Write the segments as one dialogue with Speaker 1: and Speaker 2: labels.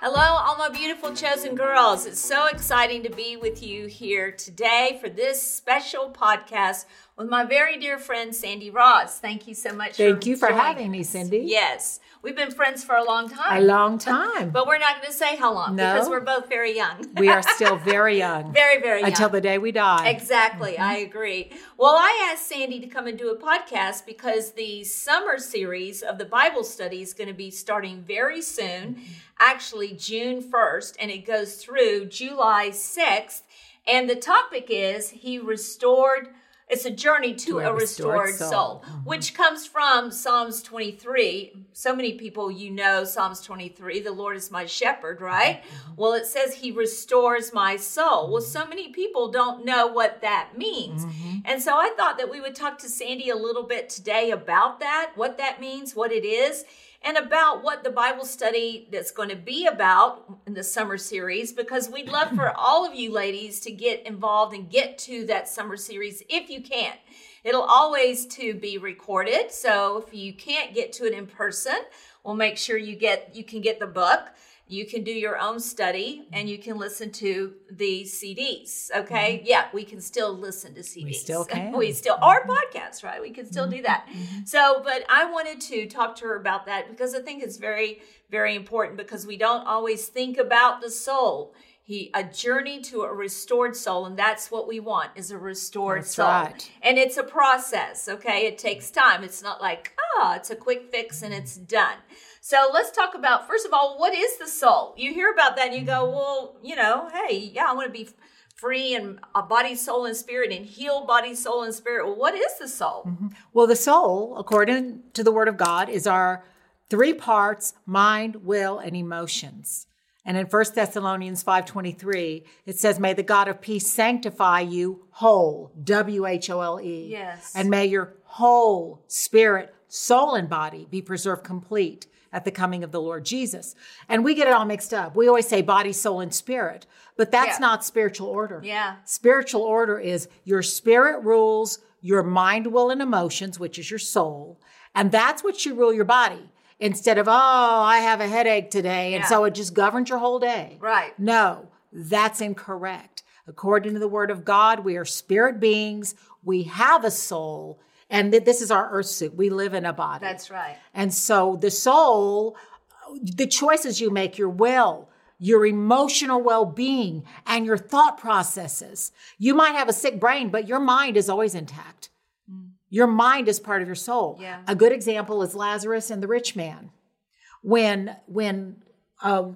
Speaker 1: Hello, all my beautiful chosen girls. It's so exciting to be with you here today for this special podcast with my very dear friend Sandy Ross. Thank you so much.
Speaker 2: Thank you for
Speaker 1: joining
Speaker 2: having me,
Speaker 1: us.
Speaker 2: Cindy.
Speaker 1: Yes, we've been friends for a long
Speaker 2: A
Speaker 1: time,
Speaker 2: long time.
Speaker 1: but we're not going to say how long
Speaker 2: No.
Speaker 1: because we're both very young.
Speaker 2: we are still very young.
Speaker 1: very, very young.
Speaker 2: Until the day we die.
Speaker 1: Exactly, I agree. Well, I asked Sandy to come and do a podcast because the summer series of the Bible study is going to be starting very soon, actually June 1st, and it goes through July 6th. And the topic is He restored, it's a journey to,
Speaker 2: To
Speaker 1: a,
Speaker 2: a
Speaker 1: restored,
Speaker 2: restored
Speaker 1: soul,
Speaker 2: soul.
Speaker 1: which comes from Psalms 23. So many people, you know, Psalms 23, the Lord is my shepherd, right? Well, it says he restores my soul. Well, so many people don't know what that means. And so I thought that we would talk to Sandy a little bit today about that, what that means, what it is, and about what the Bible study that's going to be about in the summer series, because we'd love for all of you ladies to get involved and get to that summer series if you can. It'll always to be recorded, so if you can't get to it in person, we'll make sure you get you can get the book you can do your own study and you can listen to the CDs. Okay. Yeah, we can still listen to CDs.
Speaker 2: Mm-hmm. still can. Mm-hmm.
Speaker 1: we still our podcasts, right? We can still do that. So, but I wanted to talk to her about that because I think it's very, very important because we don't always think about the soul. He a journey to a restored soul, and that's what we want is a restored
Speaker 2: That's
Speaker 1: soul.
Speaker 2: right.
Speaker 1: And it's a process, okay? It takes time. It's not like, ah, it's a quick fix and it's done. So let's talk about, first of all, what is the soul? You hear about that and you go, well, you know, hey, yeah, I want to be f- free and a body, soul, and spirit and heal body, soul, and spirit. Well, what is the soul?
Speaker 2: Well, the soul, according to the Word of God, is our three parts: mind, will, and emotions. And in 1 Thessalonians 5:23, it says, "May the God of peace sanctify you whole, W H O L E.
Speaker 1: Yes.
Speaker 2: And may your whole spirit, soul, and body be preserved complete at the coming of the Lord Jesus." And we get it all mixed up. We always say body, soul, and spirit, but that's
Speaker 1: Yeah.
Speaker 2: not spiritual order.
Speaker 1: Yeah.
Speaker 2: Spiritual order is your spirit rules your mind, will, and emotions, which is your soul. And that's what you rule your body instead of, oh, I have a headache today. And
Speaker 1: Yeah.
Speaker 2: so it just governs your whole day.
Speaker 1: Right.
Speaker 2: No, that's incorrect. According to the word of God, we are spirit beings, we have a soul, and th- this is our earth suit. We live in a body.
Speaker 1: That's right.
Speaker 2: And so the soul, the choices you make, your will, your emotional well being, and your thought processes. You might have a sick brain, but your mind is always intact. Your mind is part of your soul.
Speaker 1: Yeah.
Speaker 2: A good example is Lazarus and the rich man. When when uh,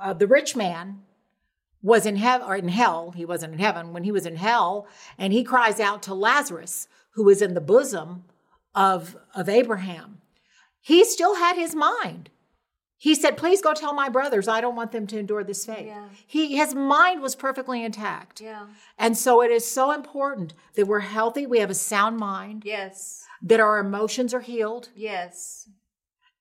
Speaker 2: uh, the rich man was in heaven or in hell, he wasn't in heaven. When he was in hell, and he cries out to Lazarus, who was in the bosom of of Abraham, he still had his mind. He said, "Please go tell my brothers I don't want them to endure this fate."
Speaker 1: Yeah.
Speaker 2: He his mind was perfectly intact.
Speaker 1: Yeah.
Speaker 2: And so it is so important that we're healthy, we have a sound mind,
Speaker 1: Yes.
Speaker 2: that our emotions are healed,
Speaker 1: Yes.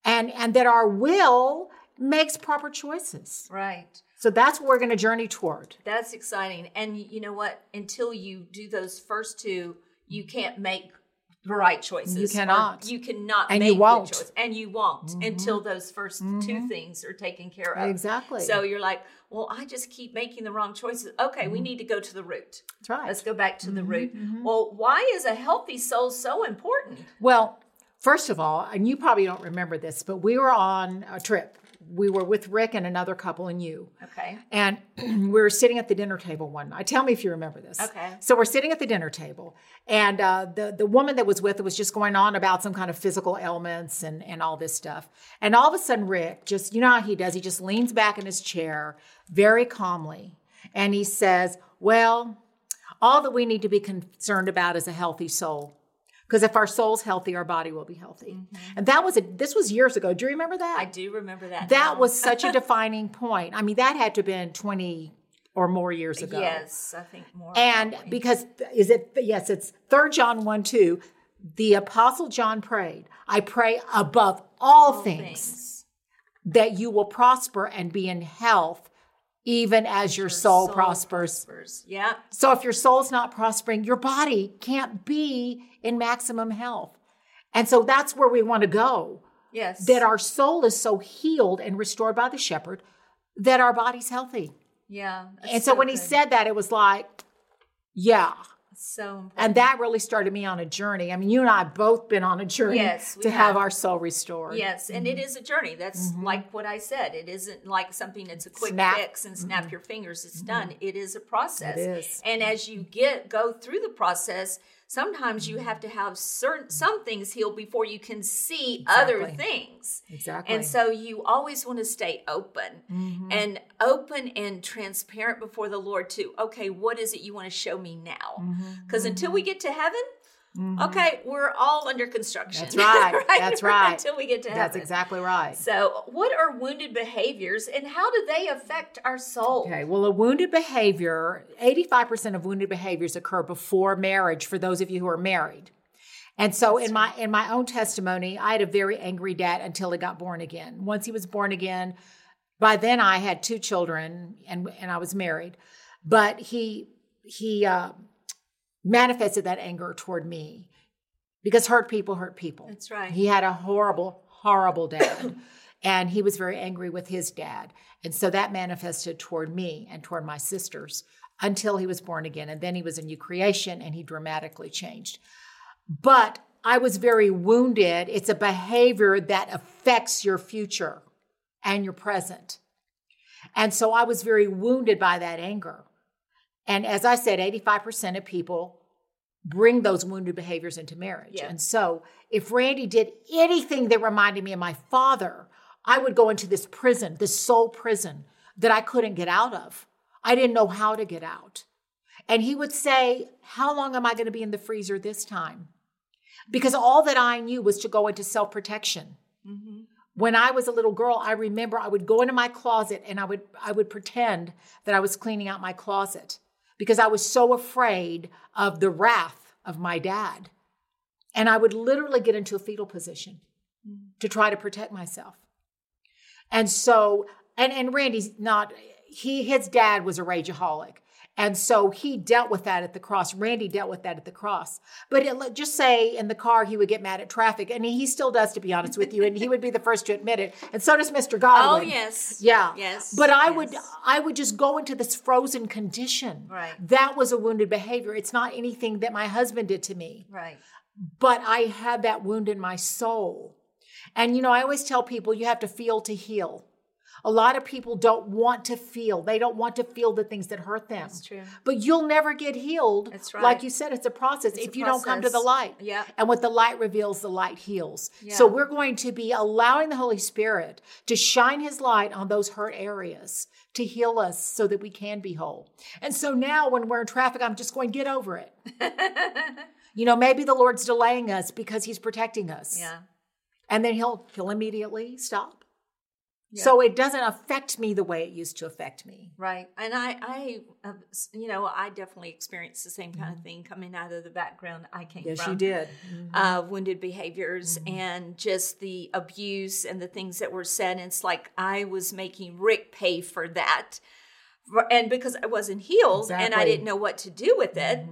Speaker 2: and and that our will makes proper choices.
Speaker 1: Right.
Speaker 2: So that's what we're going to journey toward.
Speaker 1: That's exciting. And you know what? Until you do those first two, you can't make the right choices.
Speaker 2: You
Speaker 1: or
Speaker 2: cannot.
Speaker 1: You cannot
Speaker 2: And
Speaker 1: make
Speaker 2: you won't. Mm-hmm.
Speaker 1: good choice. And you won't until those 1st two things are taken care of.
Speaker 2: Exactly.
Speaker 1: So you're like, well, I just keep making the wrong choices. Okay, we need to go to the root.
Speaker 2: That's Mm-hmm. right. Mm-hmm.
Speaker 1: Let's go back to the root. Well, why is a healthy soul so important?
Speaker 2: Well, first of all, and you probably don't remember this, but we were on a trip. We were with Rick and another couple and you.
Speaker 1: Okay.
Speaker 2: And we were sitting at the dinner table one night. Tell me if you remember this.
Speaker 1: Okay.
Speaker 2: So we're sitting at the dinner table, and uh, the the woman that was with was just going on about some kind of physical ailments and and all this stuff. And all of a sudden, Rick just you know how he does. He just leans back in his chair very calmly, and he says, "Well, all that we need to be concerned about is a healthy soul." Because if our soul's healthy, our body will be healthy. And that was a, this was years ago. Do you remember that?
Speaker 1: I do remember that.
Speaker 2: that
Speaker 1: now.
Speaker 2: was such a defining point. I mean, that had to have been 20 or more years ago.
Speaker 1: Yes, I think more.
Speaker 2: And because, is it, yes, it's 3 John 1 2. The Apostle John prayed, I pray above all, things,
Speaker 1: things.
Speaker 2: that you will prosper and be in health, even as your, soul, prospers.
Speaker 1: Yeah.
Speaker 2: So if your soul's not prospering, your body can't be in maximum health. And so that's where we want to go
Speaker 1: Yes.
Speaker 2: that our soul is so healed and restored by the shepherd that our body's healthy.
Speaker 1: Yeah. that's
Speaker 2: And so, when he
Speaker 1: good.
Speaker 2: said that, it was like, yeah.
Speaker 1: so important.
Speaker 2: And that really started me on a journey. I mean, you and I have both been on a journey
Speaker 1: Yes, we
Speaker 2: to have
Speaker 1: have.
Speaker 2: our soul restored.
Speaker 1: Yes, and
Speaker 2: Mm-hmm.
Speaker 1: it is a journey. That's like what I said. It isn't like something that's a quick
Speaker 2: Snap. Mm-hmm.
Speaker 1: fix and snap your fingers. It's done. It is a process.
Speaker 2: It is.
Speaker 1: And as you get go through the process, sometimes you have to have certain some things healed before you can see other
Speaker 2: Exactly.
Speaker 1: things.
Speaker 2: Exactly. Mm-hmm.
Speaker 1: And so you always want to stay open and open and transparent before the Lord too. Okay, what is it you want to show me now?
Speaker 2: Mm-hmm.
Speaker 1: Because until we get to heaven, okay, we're all under construction.
Speaker 2: That's right. That's right.
Speaker 1: Until we get to
Speaker 2: That's
Speaker 1: heaven.
Speaker 2: exactly right.
Speaker 1: So, what are wounded behaviors and how do they affect our soul?
Speaker 2: Okay, well, a wounded behavior, 85% of wounded behaviors occur before marriage for those of you who are married. And so in my in my own testimony, I had a very angry dad until he got born again. Once he was born again, by then I had two children and and I was married. But he he uh, manifested that anger toward me because hurt people hurt people.
Speaker 1: That's right.
Speaker 2: He had a horrible, horrible dad. and he was very angry with his dad. And so that manifested toward me and toward my sisters until he was born again. And then he was a new creation and he dramatically changed. But I was very wounded. It's a behavior that affects your future and your present. And so I was very wounded by that anger. And as I said, 85% of people bring those wounded behaviors into marriage.
Speaker 1: Yeah.
Speaker 2: And so if Randy did anything that reminded me of my father, I would go into this prison, this soul prison that I couldn't get out of. I didn't know how to get out. And he would say, How long am I going to be in the freezer this time? Because all that I knew was to go into self protection when I was a little girl, I remember I would go into my closet and I would I would pretend that I was cleaning out my closet because I was so afraid of the wrath of my dad. And I would literally get into a fetal position to try to protect myself. And so and and Randy's not he his dad was a rageaholic. And so he dealt with that at the cross. Randy dealt with that at the cross. But it, let- just say in the car he would get mad at traffic, and he still does, to be honest with you. And he would be the first to admit it. And so does Mr.
Speaker 1: Oh,
Speaker 2: Godwin.
Speaker 1: yes.
Speaker 2: Yeah.
Speaker 1: Yes.
Speaker 2: But I would
Speaker 1: yes.
Speaker 2: I would just go into this frozen condition.
Speaker 1: Right.
Speaker 2: That was a wounded behavior. It's not anything that my husband did to me
Speaker 1: Right.
Speaker 2: but I had that wound in my soul. And you know, I always tell people you have to feel to heal. A lot of people don't want to feel. They don't want to feel the things that hurt them. That's
Speaker 1: true.
Speaker 2: But you'll never get healed.
Speaker 1: That's right.
Speaker 2: Like you said, it's a process if
Speaker 1: a
Speaker 2: you don't come to the
Speaker 1: process.
Speaker 2: light.
Speaker 1: Yeah.
Speaker 2: And what the light reveals, the light heals. So
Speaker 1: Yeah.
Speaker 2: we're going to be allowing the Holy Spirit to shine his light on those hurt areas to heal us so that we can be whole. And so now when we're in traffic, I'm just going, get over it. You know, maybe the Lord's delaying us because He's protecting us.
Speaker 1: Yeah.
Speaker 2: And then He'll He'll immediately stop.
Speaker 1: Yeah.
Speaker 2: So it doesn't affect me the way it used to affect me.
Speaker 1: Right. And I, I, uh, s- you know, I definitely experienced the same kind of thing coming out of the background I came from.
Speaker 2: Mm-hmm. did. Mm-hmm.
Speaker 1: uh, wounded behaviors and just the abuse and the things that were said. And it's like I was making Rick pay for that. For- And because I wasn't healed and I
Speaker 2: Exactly.
Speaker 1: didn't know what to do with it,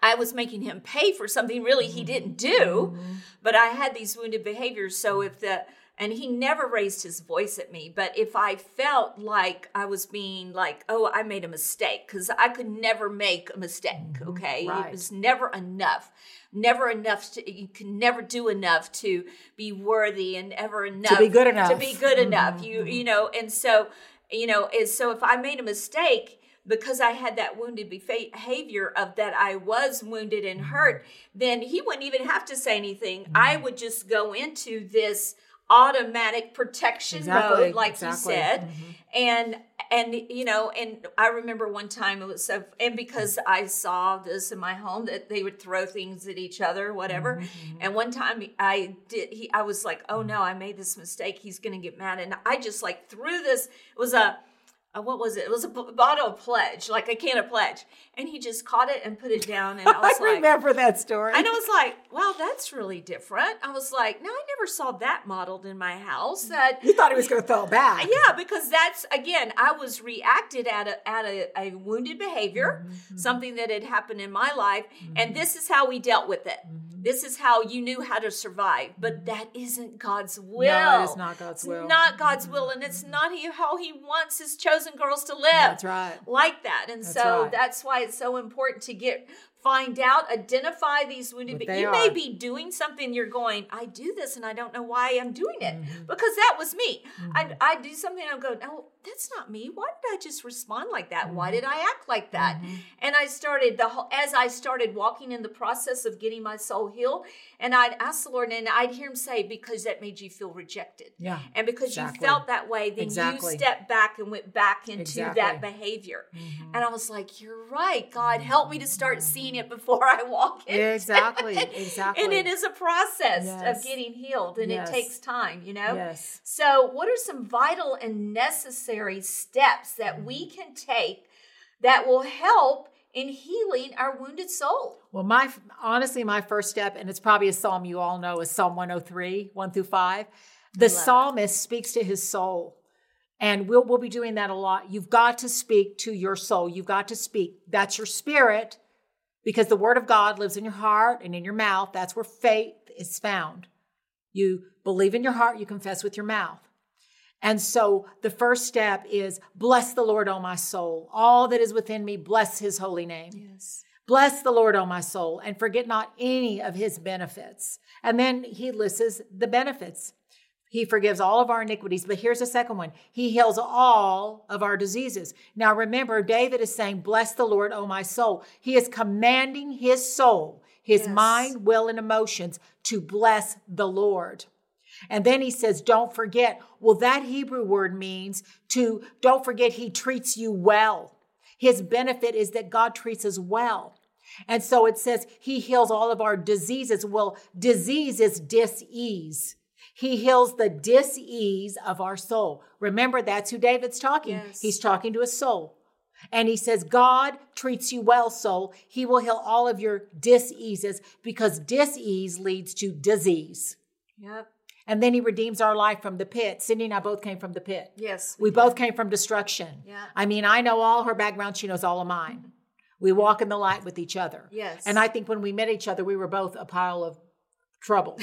Speaker 1: I was making him pay for something really he didn't do. But I had these wounded behaviors. So if the, and he never raised his voice at me, but if I felt like I was being like, oh, I made a mistake, because I could never make a mistake, okay? It
Speaker 2: Right.
Speaker 1: was never enough never enough to you can never do enough to be worthy and ever enough
Speaker 2: be good
Speaker 1: to
Speaker 2: enough. Mm-hmm.
Speaker 1: be good enough you you know and so you know is so if i made a mistake because i had that wounded befa- behavior of that i was wounded and
Speaker 2: Mm-hmm.
Speaker 1: hurt then he wouldn't even have to say anything i would just go into this automatic protection
Speaker 2: Exactly,
Speaker 1: mode like
Speaker 2: exactly. Mm-hmm.
Speaker 1: you said and and you know and i remember one time it was so and because i saw this in my home that they would throw things at each other whatever
Speaker 2: Mm-hmm,
Speaker 1: and one time i did he i was like oh no i made this mistake he's gonna get mad and i just like threw this it was a uh, what was it? It was a b- bottle of pledge, like a can of pledge, and he just caught it and put it down. And I
Speaker 2: I
Speaker 1: was like,
Speaker 2: remember that story.
Speaker 1: and I was like, wow, that's really different. I was like, no, I never saw that modeled in my house. That
Speaker 2: You thought he was going to throw it back.
Speaker 1: yeah, because that's again, I was reacted at a at a, a
Speaker 2: Mm-hmm,
Speaker 1: wounded behavior, something that had happened in my life, and this is how we dealt with it.
Speaker 2: Mm-hmm.
Speaker 1: This is how you knew how to survive. But that isn't God's will.
Speaker 2: No, it is not God's
Speaker 1: It's
Speaker 2: will.
Speaker 1: not God's will, and it's not he- how He wants His chosen girls to live.
Speaker 2: That's right.
Speaker 1: Like that, and
Speaker 2: That's
Speaker 1: so
Speaker 2: right.
Speaker 1: that's why it's so important to get find out, identify these wounded.
Speaker 2: What
Speaker 1: But
Speaker 2: they
Speaker 1: you may
Speaker 2: are.
Speaker 1: be doing something. You're going, I do this, and I don't know why I'm doing it
Speaker 2: Mm-hmm.
Speaker 1: because that was me. I I do something, and I'm going, no, that's not me. Why did I just respond like that?
Speaker 2: Mm-hmm.
Speaker 1: Why did I act like that? And I started the whole as I started walking in the process of getting my soul healed, and I'd ask the Lord, and I'd hear Him say, because that made you feel rejected.
Speaker 2: Yeah.
Speaker 1: And because
Speaker 2: Exactly.
Speaker 1: you felt that way, then
Speaker 2: Exactly.
Speaker 1: you stepped back and went back into that
Speaker 2: Exactly. Mm-hmm.
Speaker 1: behavior. And I was like, You're right. God, help me to start seeing it before I walk in.
Speaker 2: Exactly. Exactly.
Speaker 1: And it is a process
Speaker 2: Yes.
Speaker 1: of getting healed and
Speaker 2: Yes.
Speaker 1: it takes time, you know?
Speaker 2: Yes.
Speaker 1: So, what are some vital and necessary steps that
Speaker 2: Mm-hmm.
Speaker 1: we can take that will help in healing our wounded soul?
Speaker 2: Well, my honestly, my first step, and it's probably a psalm you all know, is Psalm 103, 1 through 5. The
Speaker 1: it.
Speaker 2: psalmist speaks to his soul. And we'll, we'll be doing that a lot. You've got to speak to your soul. You've got to speak. That's your spirit, because the word of God lives in your heart and in your mouth. That's where faith is found. You believe in your heart, you confess with your mouth. And so the first step is bless the Lord, O my soul. All that is within me, bless his holy name.
Speaker 1: Yes.
Speaker 2: Bless the Lord, O my soul, and forget not any of his benefits. And then he lists the benefits. He forgives all of our iniquities. But here's the second one He heals all of our diseases. Now remember, David is saying, Bless the Lord, O my soul. He is commanding his soul, his
Speaker 1: Yes.
Speaker 2: mind, will, and emotions to bless the Lord. And then he says, Don't forget. Well, that Hebrew word means to, don't forget, he treats you well. His benefit is that God treats us well. And so it says he heals all of our diseases. Well, disease is dis-ease. He heals the dis-ease of our soul. Remember, that's who David's talking.
Speaker 1: Yes.
Speaker 2: He's talking to his soul. And he says, God treats you well, soul. He will heal all of your diseases because disease leads to disease.
Speaker 1: Yep.
Speaker 2: And then he redeems our life from the pit. Cindy and I both came from the pit.
Speaker 1: Yes.
Speaker 2: We both came from destruction.
Speaker 1: Yeah.
Speaker 2: I mean, I know all her background. She knows all of mine. We walk in the light with each other.
Speaker 1: Yes.
Speaker 2: And I think when we met each other, we were both a pile of trouble.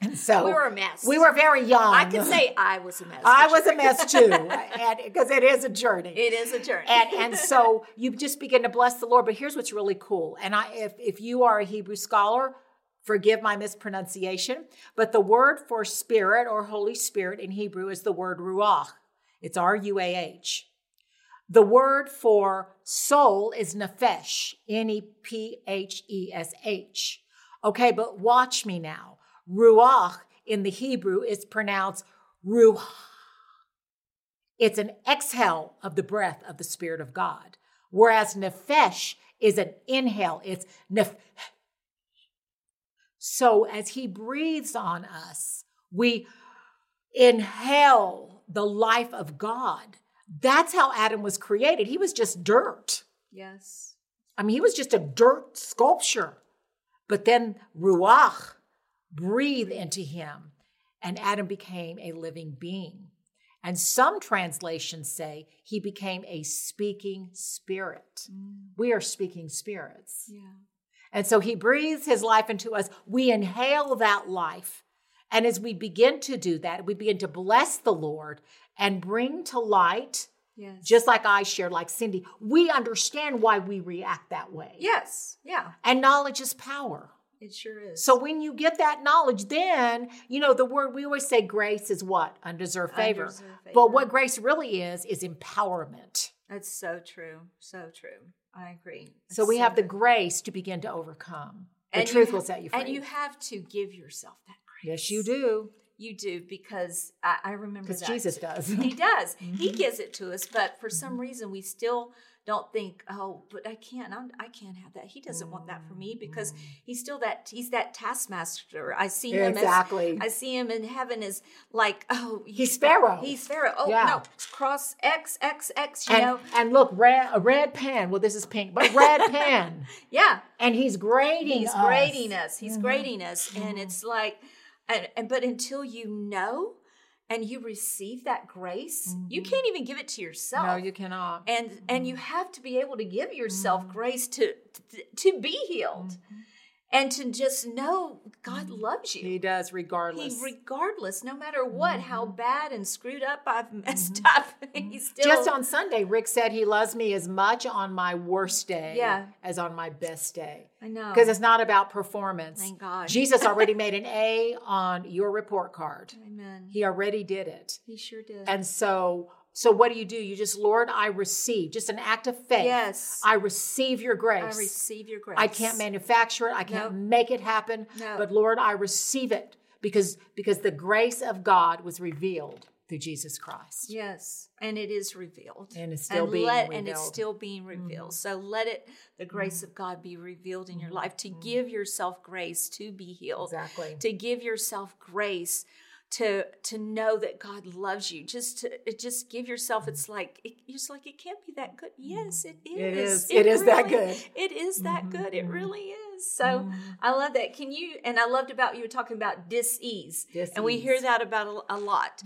Speaker 2: and so
Speaker 1: we were a mess.
Speaker 2: we were very young.
Speaker 1: I can say I was a mess.
Speaker 2: I
Speaker 1: for
Speaker 2: was
Speaker 1: sure.
Speaker 2: a mess too, and because it is a journey.
Speaker 1: It is a journey.
Speaker 2: and and so you just begin to bless the Lord. But here's what's really cool. And I if if you are a Hebrew scholar, forgive my mispronunciation, but the word for spirit or Holy Spirit in Hebrew is the word ruach. It's R U A H. The word for soul is nephesh, N E P H E S H. Okay, but watch me now. Ruach in the Hebrew is pronounced ruach. It's an exhale of the breath of the Spirit of God, whereas nephesh is an inhale. It's neph. So as He breathes on us, we inhale the life of God. That's how Adam was created. He was just dirt.
Speaker 1: yes.
Speaker 2: I mean, he was just a dirt sculpture. But then Ruach breathed into him, and Adam became a living being. And some translations say he became a speaking spirit. We are speaking spirits.
Speaker 1: Yeah.
Speaker 2: And so he breathes his life into us. We inhale that life. And as we begin to do that, we begin to bless the Lord and bring to light,
Speaker 1: Yes.
Speaker 2: just like I shared, like Cindy, we understand why we react that way.
Speaker 1: Yes. Yeah.
Speaker 2: And knowledge is power.
Speaker 1: It sure is.
Speaker 2: So when you get that knowledge, then, you know, the word we always say grace is what? Undeserved favor.
Speaker 1: Undeserved favor.
Speaker 2: But what grace really is, is empowerment.
Speaker 1: that's so true. So true. I agree.
Speaker 2: So
Speaker 1: That's
Speaker 2: we have the
Speaker 1: good.
Speaker 2: grace to begin to overcome. The
Speaker 1: And you
Speaker 2: truth
Speaker 1: ha-
Speaker 2: will set you free.
Speaker 1: And you have to give yourself that grace.
Speaker 2: yes, you do.
Speaker 1: You do because I, I remember
Speaker 2: Because
Speaker 1: that.
Speaker 2: Jesus Mm-hmm. does.
Speaker 1: He does. He gives it to us, but for some reason we still don't think, oh, but I can't. I'm, I can't have that. He doesn't want that for me because
Speaker 2: Mm-hmm.
Speaker 1: he's still that. He's that taskmaster. I see him as
Speaker 2: exactly.
Speaker 1: I see him in heaven as like, oh, you-
Speaker 2: He's Pharaoh.
Speaker 1: He's Pharaoh. Oh
Speaker 2: Yeah.
Speaker 1: no, cross X X X. You
Speaker 2: and,
Speaker 1: know,
Speaker 2: and look, red, a red pen. Well, this is pink, but red pen.
Speaker 1: yeah.
Speaker 2: And he's grading
Speaker 1: He's
Speaker 2: us. Mm-hmm.
Speaker 1: grading us. He's grading us, and it's like, and, and but until you know and you receive that grace, you can't even give it to yourself.
Speaker 2: Mm-hmm. No, you Mm-hmm. cannot.
Speaker 1: and and you have to be able to give yourself grace to to, to be healed and to just know God loves you.
Speaker 2: Mm-hmm. He Mm-hmm. does, regardless.
Speaker 1: He, regardless, no matter what, how bad and screwed up I've messed up, he still
Speaker 2: Mm-hmm. Just on Sunday, Rick said he loves me as much on my worst day
Speaker 1: Yeah.
Speaker 2: as on my best day.
Speaker 1: I know
Speaker 2: Because it's not about performance.
Speaker 1: Thank God.
Speaker 2: Jesus already made an A on your report card.
Speaker 1: Amen. He,
Speaker 2: He already did it.
Speaker 1: sure did.
Speaker 2: And so, so what do you do? You just, Lord, I receive, just an act of faith.
Speaker 1: yes,
Speaker 2: I receive your
Speaker 1: I
Speaker 2: grace.
Speaker 1: receive your grace.
Speaker 2: I can't manufacture it. I can't
Speaker 1: No.
Speaker 2: make it happen.
Speaker 1: No.
Speaker 2: But Lord, I receive it because because the grace of God was revealed through Jesus Christ.
Speaker 1: Yes, and it is revealed.
Speaker 2: And it's still being
Speaker 1: and it's
Speaker 2: revealed. Mm.
Speaker 1: still being revealed. So let it the grace of God be revealed in your life to
Speaker 2: Mm.
Speaker 1: give yourself grace to be healed.
Speaker 2: Exactly.
Speaker 1: To give yourself grace to to know that God loves you. Just to it- just give yourself it's like it, it's like it can't be that good. Yes, it is.
Speaker 2: It is. It is that good. Mm-hmm.
Speaker 1: It is that
Speaker 2: Mhm.
Speaker 1: good. It
Speaker 2: Mhm.
Speaker 1: really is. So I love that. Can you and I loved about you were talking about dis-ease. And we hear
Speaker 2: Dis-ease. Mm-hmm.
Speaker 1: that about a, a lot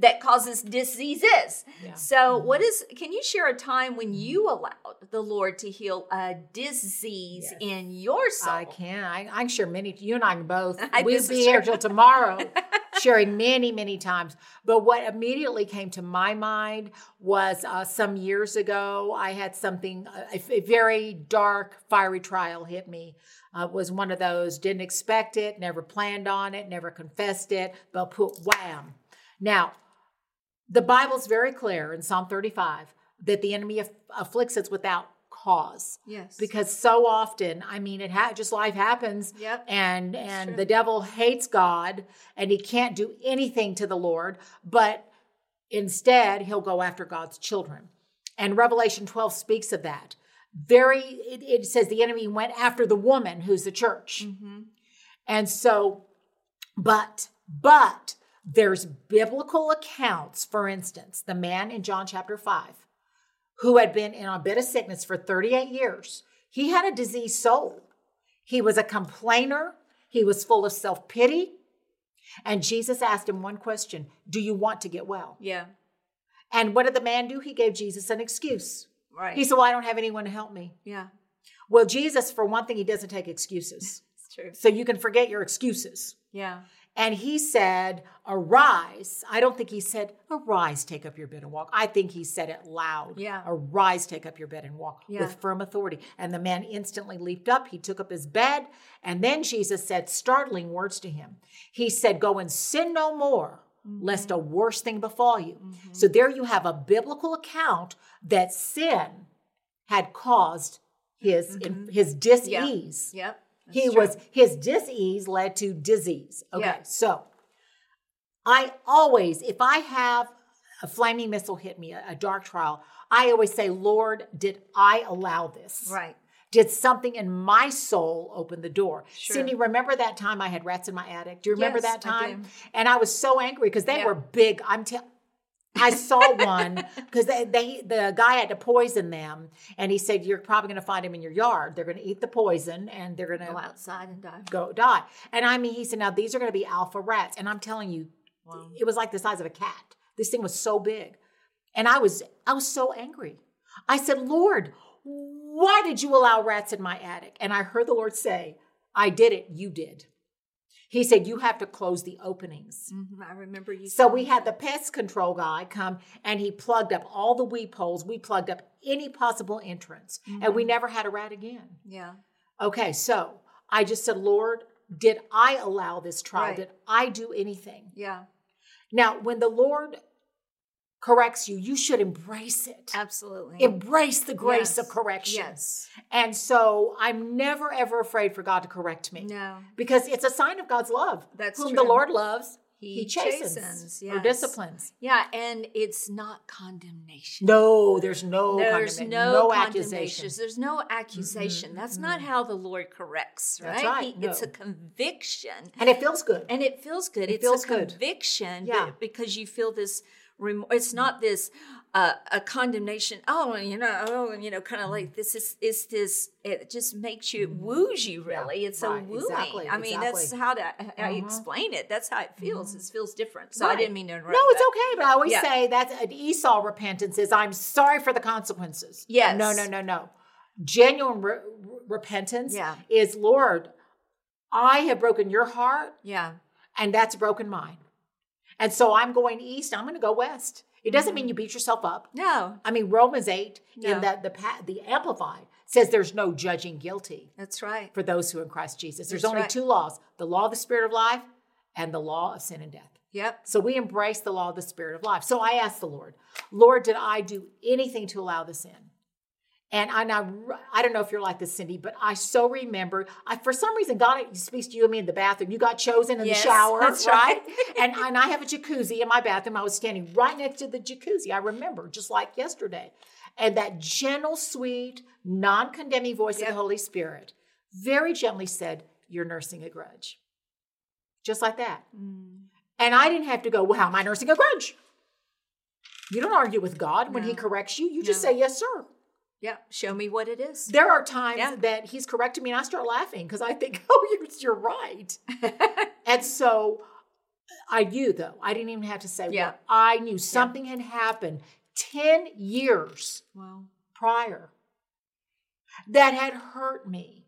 Speaker 1: that causes diseases.
Speaker 2: Yeah. Mm-hmm.
Speaker 1: So, what is, can you share a time when you allowed the Lord to heal a disease
Speaker 2: Yes.
Speaker 1: in your soul?
Speaker 2: I can. I, I'm sure many. You and I can both.
Speaker 1: I-
Speaker 2: We'll
Speaker 1: this
Speaker 2: be
Speaker 1: is
Speaker 2: here
Speaker 1: true.
Speaker 2: till tomorrow, sharing many, many times. But what immediately came to my mind was uh, some years ago. I had something, a, a very dark, fiery trial hit me. Uh, it was one of those. Didn't expect it. Never planned on it. Never confessed it. But put wham. Now, the Bible's very clear in Psalm 35 that the enemy aff- afflicts us without cause
Speaker 1: Yes.
Speaker 2: because so often i mean it ha- just life happens
Speaker 1: Yep.
Speaker 2: and and
Speaker 1: true.
Speaker 2: the devil hates god and he can't do anything to the lord but instead he'll go after god's children and revelation 12 speaks of that very it, it says the enemy went after the woman who's the church
Speaker 1: Mhm.
Speaker 2: and so but but there's biblical accounts for instance the man in john chapter 5 who had been in a bed of sickness for 38 years. He had a diseased soul. He was a complainer. He was full of self pity. And Jesus asked him one question Do you want to get well?
Speaker 1: Yeah.
Speaker 2: And what did the man do? He gave Jesus an excuse.
Speaker 1: Right.
Speaker 2: He said, Well, I don't have anyone to help me.
Speaker 1: yeah.
Speaker 2: Well, Jesus, for one thing, he doesn't take excuses.
Speaker 1: It's true.
Speaker 2: So you can forget your excuses.
Speaker 1: Yeah.
Speaker 2: And he said, Arise. I don't think he said, Arise, take up your bed and walk. I think he said it loud.
Speaker 1: Yeah.
Speaker 2: Arise, take up your bed and walk
Speaker 1: Yeah.
Speaker 2: with firm authority. And the man instantly leaped up. He took up his bed. And then Jesus said startling words to him. He said, Go and sin no more,
Speaker 1: Mm-hmm.
Speaker 2: lest a worse thing befall you. So there you have a biblical account that sin had caused his,
Speaker 1: Mm-hmm.
Speaker 2: his dis ease
Speaker 1: Yep. That's
Speaker 2: he
Speaker 1: true.
Speaker 2: was his disease led to disease okay
Speaker 1: Yeah.
Speaker 2: so i always if i have a flaming missile hit me a, a dark trial i always say lord did i allow this
Speaker 1: Right.
Speaker 2: did something in my soul open the door
Speaker 1: Sure.
Speaker 2: cindy remember that time i had rats in my attic do you remember
Speaker 1: Yes,
Speaker 2: that
Speaker 1: I
Speaker 2: time
Speaker 1: do.
Speaker 2: and i was so angry because they
Speaker 1: Yeah.
Speaker 2: were big i'm telling I saw one because they, they the guy had to poison them, and he said, "You're probably going to find them in your yard. They're going to eat the poison, and they're going to
Speaker 1: Go outside and die.
Speaker 2: go die. And I mean, he said, now these are going to be alpha rats. And I'm telling you,
Speaker 1: Wow.
Speaker 2: it was like the size of a cat. This thing was so big. And I was, I was so angry. I said, Lord, why did you allow rats in my attic? And I heard the Lord say, I did it. You did. He said, you have to close the openings.
Speaker 1: Mhm, I remember you.
Speaker 2: So
Speaker 1: telling
Speaker 2: we
Speaker 1: me
Speaker 2: had the
Speaker 1: that.
Speaker 2: pest control guy come and he plugged up all the weep holes. We plugged up any possible entrance and we never had a rat again.
Speaker 1: Yeah.
Speaker 2: Okay, so I just said, Lord, did I allow this trial?
Speaker 1: Right.
Speaker 2: Did I do anything?
Speaker 1: Yeah.
Speaker 2: Now, when the Lord corrects you, you should embrace it.
Speaker 1: Absolutely.
Speaker 2: Embrace the grace of
Speaker 1: Yes,
Speaker 2: correction.
Speaker 1: Yes.
Speaker 2: And so I'm never, ever afraid for God to correct me
Speaker 1: No.
Speaker 2: because it's a sign of God's love.
Speaker 1: That's
Speaker 2: Whom
Speaker 1: true.
Speaker 2: the Lord loves, He,
Speaker 1: He
Speaker 2: chastens
Speaker 1: chastens,
Speaker 2: or
Speaker 1: yes.
Speaker 2: disciplines.
Speaker 1: Yeah. And it's not condemnation.
Speaker 2: No, there's no
Speaker 1: There's
Speaker 2: condemnation,
Speaker 1: no,
Speaker 2: no accusation. Mm-hmm.
Speaker 1: accusations. There's no accusation. That's not how the Lord corrects, right?
Speaker 2: That's right,
Speaker 1: He- It's
Speaker 2: no.
Speaker 1: a conviction.
Speaker 2: And it feels good.
Speaker 1: And it feels good.
Speaker 2: It
Speaker 1: it's
Speaker 2: feels
Speaker 1: a
Speaker 2: good.
Speaker 1: conviction be-
Speaker 2: Yeah.
Speaker 1: because you feel this remorse. It's not this uh, a condemnation. Oh, you know, oh, you know, kind of like this is it's this. It just makes you it woos you really. It's a
Speaker 2: Mm-hmm. right,
Speaker 1: wooing.
Speaker 2: exactly,
Speaker 1: I mean, that's
Speaker 2: exactly. Mm-hmm.
Speaker 1: how to I explain it. That's how it feels. It feels different. So I
Speaker 2: Right.
Speaker 1: didn't mean to interrupt.
Speaker 2: No, it's
Speaker 1: but-
Speaker 2: okay. But I always
Speaker 1: Yeah.
Speaker 2: say that's an Esau repentance is I'm sorry for the consequences.
Speaker 1: Yes.
Speaker 2: No, no, no, no. Genuine re- re- repentance
Speaker 1: Yeah.
Speaker 2: is Lord, I have broken your heart
Speaker 1: Yeah.
Speaker 2: and that's broken mine. And so I'm going east, I'm going to go west. It doesn't
Speaker 1: Mm-hmm.
Speaker 2: mean you beat yourself up.
Speaker 1: No,
Speaker 2: I mean, Romans 8
Speaker 1: No.
Speaker 2: in that the pa- the amplified says there's no judging guilty
Speaker 1: that's right.
Speaker 2: for those who are in Christ Jesus. There's
Speaker 1: That's
Speaker 2: only
Speaker 1: right.
Speaker 2: two laws, the law of the spirit of life and the law of sin and death.
Speaker 1: Yep.
Speaker 2: So we embrace the law of the spirit of life. So I asked the Lord, Lord, did I do anything to allow this in? And I, and I, I don't know if you're like this, Cindy, but I so remember. I for some reason God speaks to you and me in the bathroom. You got chosen in
Speaker 1: Yes,
Speaker 2: the shower,
Speaker 1: that's
Speaker 2: right?
Speaker 1: right.
Speaker 2: and and I have a jacuzzi in my bathroom. I was standing right next to the jacuzzi. I remember just like yesterday, and that gentle, sweet, non-condemning voice
Speaker 1: Yep.
Speaker 2: of the Holy Spirit very gently said, "You're nursing a grudge," just like that.
Speaker 1: Mm.
Speaker 2: And I didn't have to go, well, how am I nursing a grudge? You don't argue with God when He
Speaker 1: No.
Speaker 2: corrects you. You just
Speaker 1: No.
Speaker 2: say, yes, sir.
Speaker 1: Yep. Show me what it is.
Speaker 2: There are times
Speaker 1: Yeah.
Speaker 2: that He's correcting me and I start laughing because I think, oh, you're, you're right. and so I knew, though. I didn't even have to say,
Speaker 1: Yeah.
Speaker 2: yeah. I knew something had happened 10 years
Speaker 1: Wow.
Speaker 2: prior that had hurt me.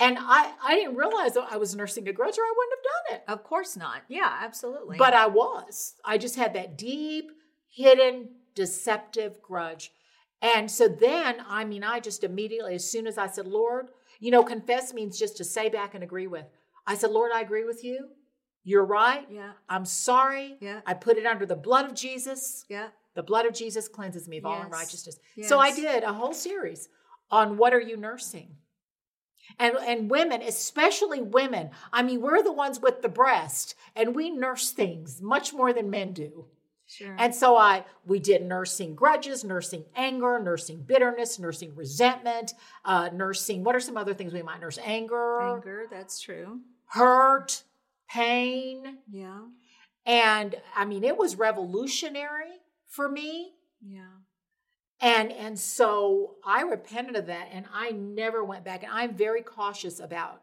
Speaker 2: And I, I didn't realize that I was nursing a grudge or I wouldn't have done it.
Speaker 1: Of course not. Yeah, absolutely.
Speaker 2: But I was. I just had that deep, hidden, deceptive grudge. And so then, I mean, I just immediately, as soon as I said, Lord, you know, confess means just to say back and agree with. I said, Lord, I agree with you. You're right.
Speaker 1: yeah,
Speaker 2: I'm sorry.
Speaker 1: Yeah.
Speaker 2: I put it under the blood of Jesus.
Speaker 1: yeah,
Speaker 2: The blood of Jesus cleanses me of all
Speaker 1: Yes.
Speaker 2: unrighteousness. So I
Speaker 1: Yes.
Speaker 2: did a whole series on what are you nursing? And and women, especially women, I mean, we're the ones with the breast and we nurse things much more than men do.
Speaker 1: sure.
Speaker 2: And so I we did nursing grudges, nursing anger, nursing bitterness, nursing resentment, uh, nursing what are some other things we might nurse? Anger,
Speaker 1: Anger, that's true.
Speaker 2: hurt, pain.
Speaker 1: Yeah,
Speaker 2: And I mean, it was revolutionary for me.
Speaker 1: yeah.
Speaker 2: And and so I repented of that and I never went back. And I'm very cautious about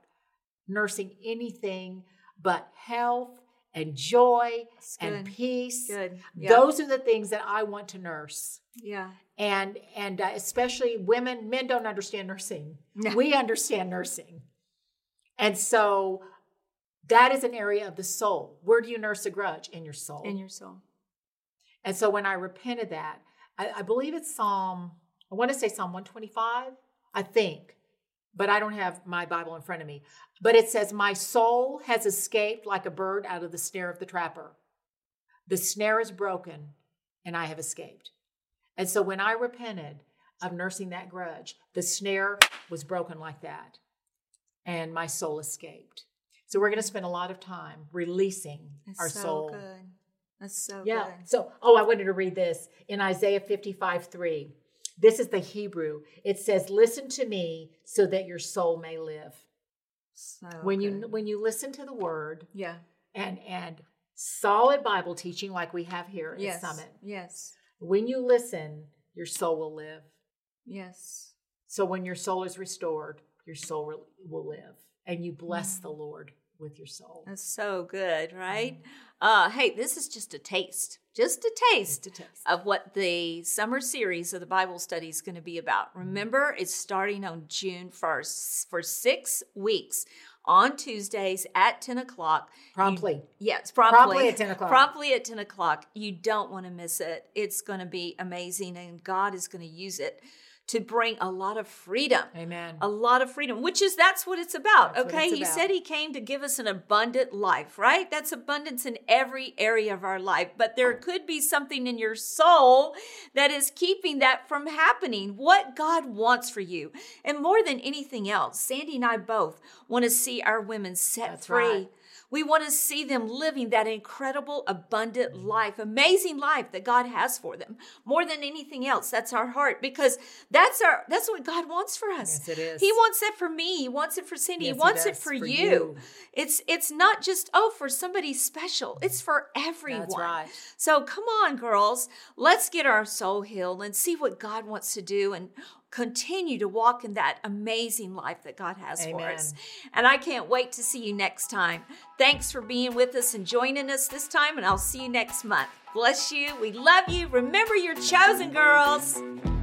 Speaker 2: nursing anything but health and joy
Speaker 1: That's
Speaker 2: and
Speaker 1: good.
Speaker 2: peace.
Speaker 1: Good. Yeah.
Speaker 2: Those are the things that I want to nurse.
Speaker 1: yeah.
Speaker 2: And and uh, especially women, men don't understand nursing.
Speaker 1: No.
Speaker 2: We understand nursing. And so that is an area of the soul. Where do you nurse a grudge? In your soul.
Speaker 1: In your soul.
Speaker 2: And so when I repented that, I, I believe it's Psalm, I want to say Psalm 125, I think, but I don't have my Bible in front of me. But it says, My soul has escaped like a bird out of the snare of the trapper. The snare is broken, and I have escaped. And so when I repented of nursing that grudge, the snare was broken like that, and my soul escaped. So we're going to spend a lot of time releasing
Speaker 1: That's
Speaker 2: our
Speaker 1: so
Speaker 2: soul.
Speaker 1: good. That's so
Speaker 2: Yeah.
Speaker 1: good.
Speaker 2: So, oh, I wanted to read this in Isaiah 55 3. This is the Hebrew. It says, Listen to me so that your soul may live.
Speaker 1: So
Speaker 2: When you
Speaker 1: good.
Speaker 2: when you listen to the word
Speaker 1: yeah,
Speaker 2: and and solid Bible teaching like we have here
Speaker 1: yes,
Speaker 2: at Summit,
Speaker 1: yes,
Speaker 2: when you listen, your soul will live.
Speaker 1: yes.
Speaker 2: So when your soul is restored, your soul will- will live. And you
Speaker 1: Mm.
Speaker 2: bless the Lord with your soul.
Speaker 1: That's so good, right?
Speaker 2: Mm-hmm.
Speaker 1: Uh, hey, this is just a taste, just a taste
Speaker 2: To taste.
Speaker 1: of what the summer series of the Bible study is going to be
Speaker 2: Mm-hmm.
Speaker 1: about. Remember, it's starting on June 1st for six weeks on Tuesdays at 10 o'clock.
Speaker 2: Promptly.
Speaker 1: Yes, promptly.
Speaker 2: Promptly at 10 o'clock.
Speaker 1: Promptly at 10 o'clock. You don't want to miss it. It's going to be amazing, and God is going to use it to bring a lot of freedom
Speaker 2: Amen.
Speaker 1: a lot of freedom which is that's what it's about
Speaker 2: That's what
Speaker 1: okay
Speaker 2: it's
Speaker 1: he
Speaker 2: about.
Speaker 1: said he came to give us an abundant life right that's abundance in every area of our life but there could be something in your soul that is keeping that from happening what god wants for you and more than anything else sandy and i both want to see our women set
Speaker 2: That's
Speaker 1: free
Speaker 2: right.
Speaker 1: we want to see them living that incredible, abundant life, amazing life that God has for them. More than anything else, that's our heart because that's our that's what God wants for us.
Speaker 2: Yes, it is.
Speaker 1: He wants it for me. He wants it for Cindy.
Speaker 2: Yes,
Speaker 1: he
Speaker 2: he
Speaker 1: wants it
Speaker 2: does,
Speaker 1: for,
Speaker 2: for
Speaker 1: you.
Speaker 2: you.
Speaker 1: It's it's not just oh for somebody special. It's for everyone.
Speaker 2: right.
Speaker 1: So come on, girls. Let's get our soul healed and see what God wants to do and continue to walk in that amazing life that God has for
Speaker 2: Amen.
Speaker 1: us. And I can't wait to see you next time. Thanks for being with us and joining us this time, and I'll see you next month. Bless you. We love you. Remember, you're chosen, girls.